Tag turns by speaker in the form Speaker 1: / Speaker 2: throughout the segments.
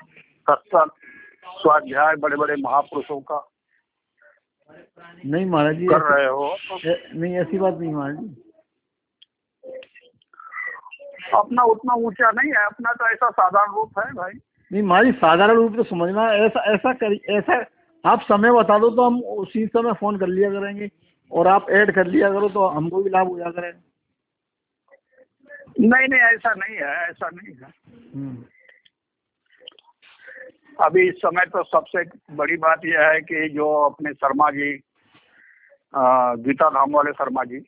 Speaker 1: सत्संग स्वाध्याय बड़े बड़े महापुरुषों का
Speaker 2: नहीं महाराज जी
Speaker 1: कर
Speaker 2: ऐसी-
Speaker 1: रहे हो तो
Speaker 2: ऐ- नहीं ऐसी बात नहीं महाराज जी
Speaker 1: अपना उतना ऊंचा नहीं है अपना तो ऐसा साधारण रूप है भाई
Speaker 2: नहीं महाराज जी साधारण रूप से समझना ऐसा ऐसा करी ऐसा आप समय बता दो तो हम उसी समय फोन कर लिया करेंगे और आप ऐड कर लिया करो तो हमको भी लाभ हो जाया करेगा
Speaker 1: नहीं नहीं ऐसा नहीं है ऐसा नहीं है
Speaker 2: हम्म,
Speaker 1: अभी इस समय तो सबसे बड़ी बात यह है कि जो अपने शर्मा जी अ, गीता धाम वाले शर्मा जी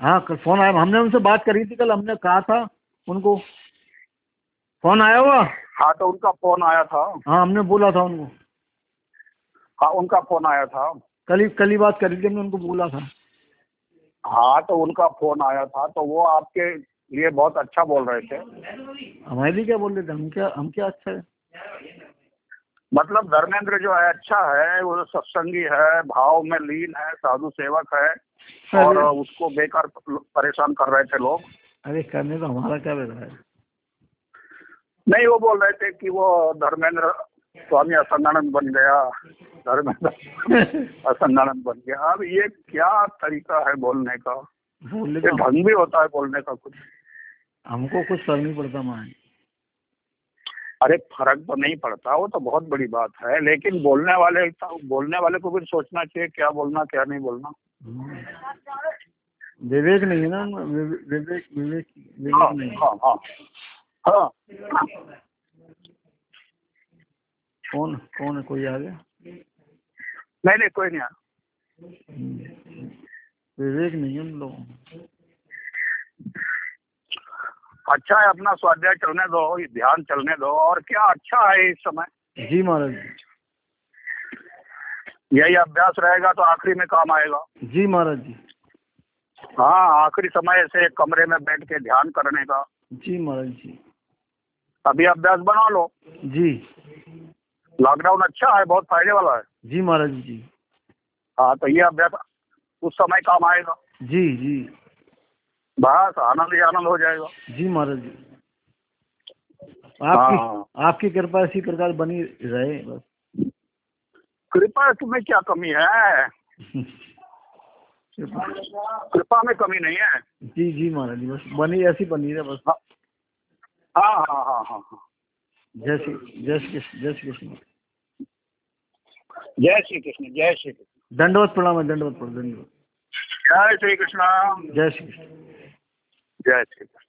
Speaker 2: हाँ कल फोन आया हमने उनसे बात करी थी कल हमने कहा था उनको फोन आया हुआ
Speaker 1: हाँ तो उनका फोन आया था
Speaker 2: हाँ हमने बोला था उनको
Speaker 1: हाँ उनका फोन आया था
Speaker 2: कल ही कल ही बात करी थी हमने उनको बोला था
Speaker 1: हाँ तो उनका फोन आया था तो वो आपके लिए बहुत अच्छा बोल रहे थे
Speaker 2: हमारे लिए क्या बोल रहे थे हम क्या हम क्या अच्छा है
Speaker 1: मतलब धर्मेंद्र जो है अच्छा है वो सत्संगी है भाव में लीन है साधु सेवक है और
Speaker 2: अरे।
Speaker 1: उसको बेकार परेशान कर रहे थे लोग
Speaker 2: अरे करने तो हमारा क्या बेटा है
Speaker 1: नहीं वो बोल रहे थे कि वो धर्मेंद्र स्वामी असंगानंद बन गया धर्मेंद्र असंगानंद बन गया अब ये क्या तरीका है बोलने का
Speaker 2: बोल
Speaker 1: ये
Speaker 2: रहे तो
Speaker 1: ढंग भी होता है बोलने का कुछ
Speaker 2: हमको कुछ फर्क नहीं पड़ता माँ
Speaker 1: अरे फर्क तो नहीं पड़ता वो तो बहुत बड़ी बात है लेकिन बोलने वाले बोलने वाले को भी सोचना चाहिए क्या बोलना क्या नहीं बोलना
Speaker 2: विवेक नहीं है ना उनमें, विवे- विवेक विवेक
Speaker 1: हाँ
Speaker 2: विवेक नहीं है।
Speaker 1: हाँ हाँ हाँ
Speaker 2: कौन कौन है कोई आ गया
Speaker 1: नहीं नहीं कोई नहीं
Speaker 2: हम्म। विवेक नहीं है उन लोगों में।
Speaker 1: अच्छा है अपना स्वाध्याय चलने दो ये ध्यान चलने दो और क्या अच्छा है इस समय
Speaker 2: जी महाराज जी
Speaker 1: यही अभ्यास रहेगा तो आखिरी में काम आएगा
Speaker 2: जी महाराज जी
Speaker 1: हाँ आखिरी समय से एक कमरे में बैठ के ध्यान करने का
Speaker 2: जी महाराज जी
Speaker 1: अभी अभ्यास बना लो
Speaker 2: जी
Speaker 1: लॉकडाउन अच्छा है बहुत फायदे वाला है
Speaker 2: जी महाराज जी
Speaker 1: हाँ तो ये अभ्यास उस समय काम आएगा
Speaker 2: जी जी
Speaker 1: बस आनंद ही आनंद हो जाएगा
Speaker 2: जी महाराज जी
Speaker 1: हाँ।
Speaker 2: आपकी आपकी कृपा इसी प्रकार बनी रहे बस
Speaker 1: कृपा में क्या कमी है
Speaker 2: कृपा
Speaker 1: कृपा में कमी नहीं है
Speaker 2: जी जी महाराज जी बस बनी ऐसी बनी रहे बस
Speaker 1: हाँ हाँ हाँ हाँ हाँ
Speaker 2: जय श्री जय श्री कृष्ण जय श्री कृष्ण
Speaker 1: जय श्री कृष्ण जय श्री कृष्ण
Speaker 2: दंडवत प्रणाम है दंडवत प्रणाम दंडवत
Speaker 1: जय श्री कृष्ण
Speaker 2: जय श्री कृष्ण
Speaker 1: जय श्री कृष्ण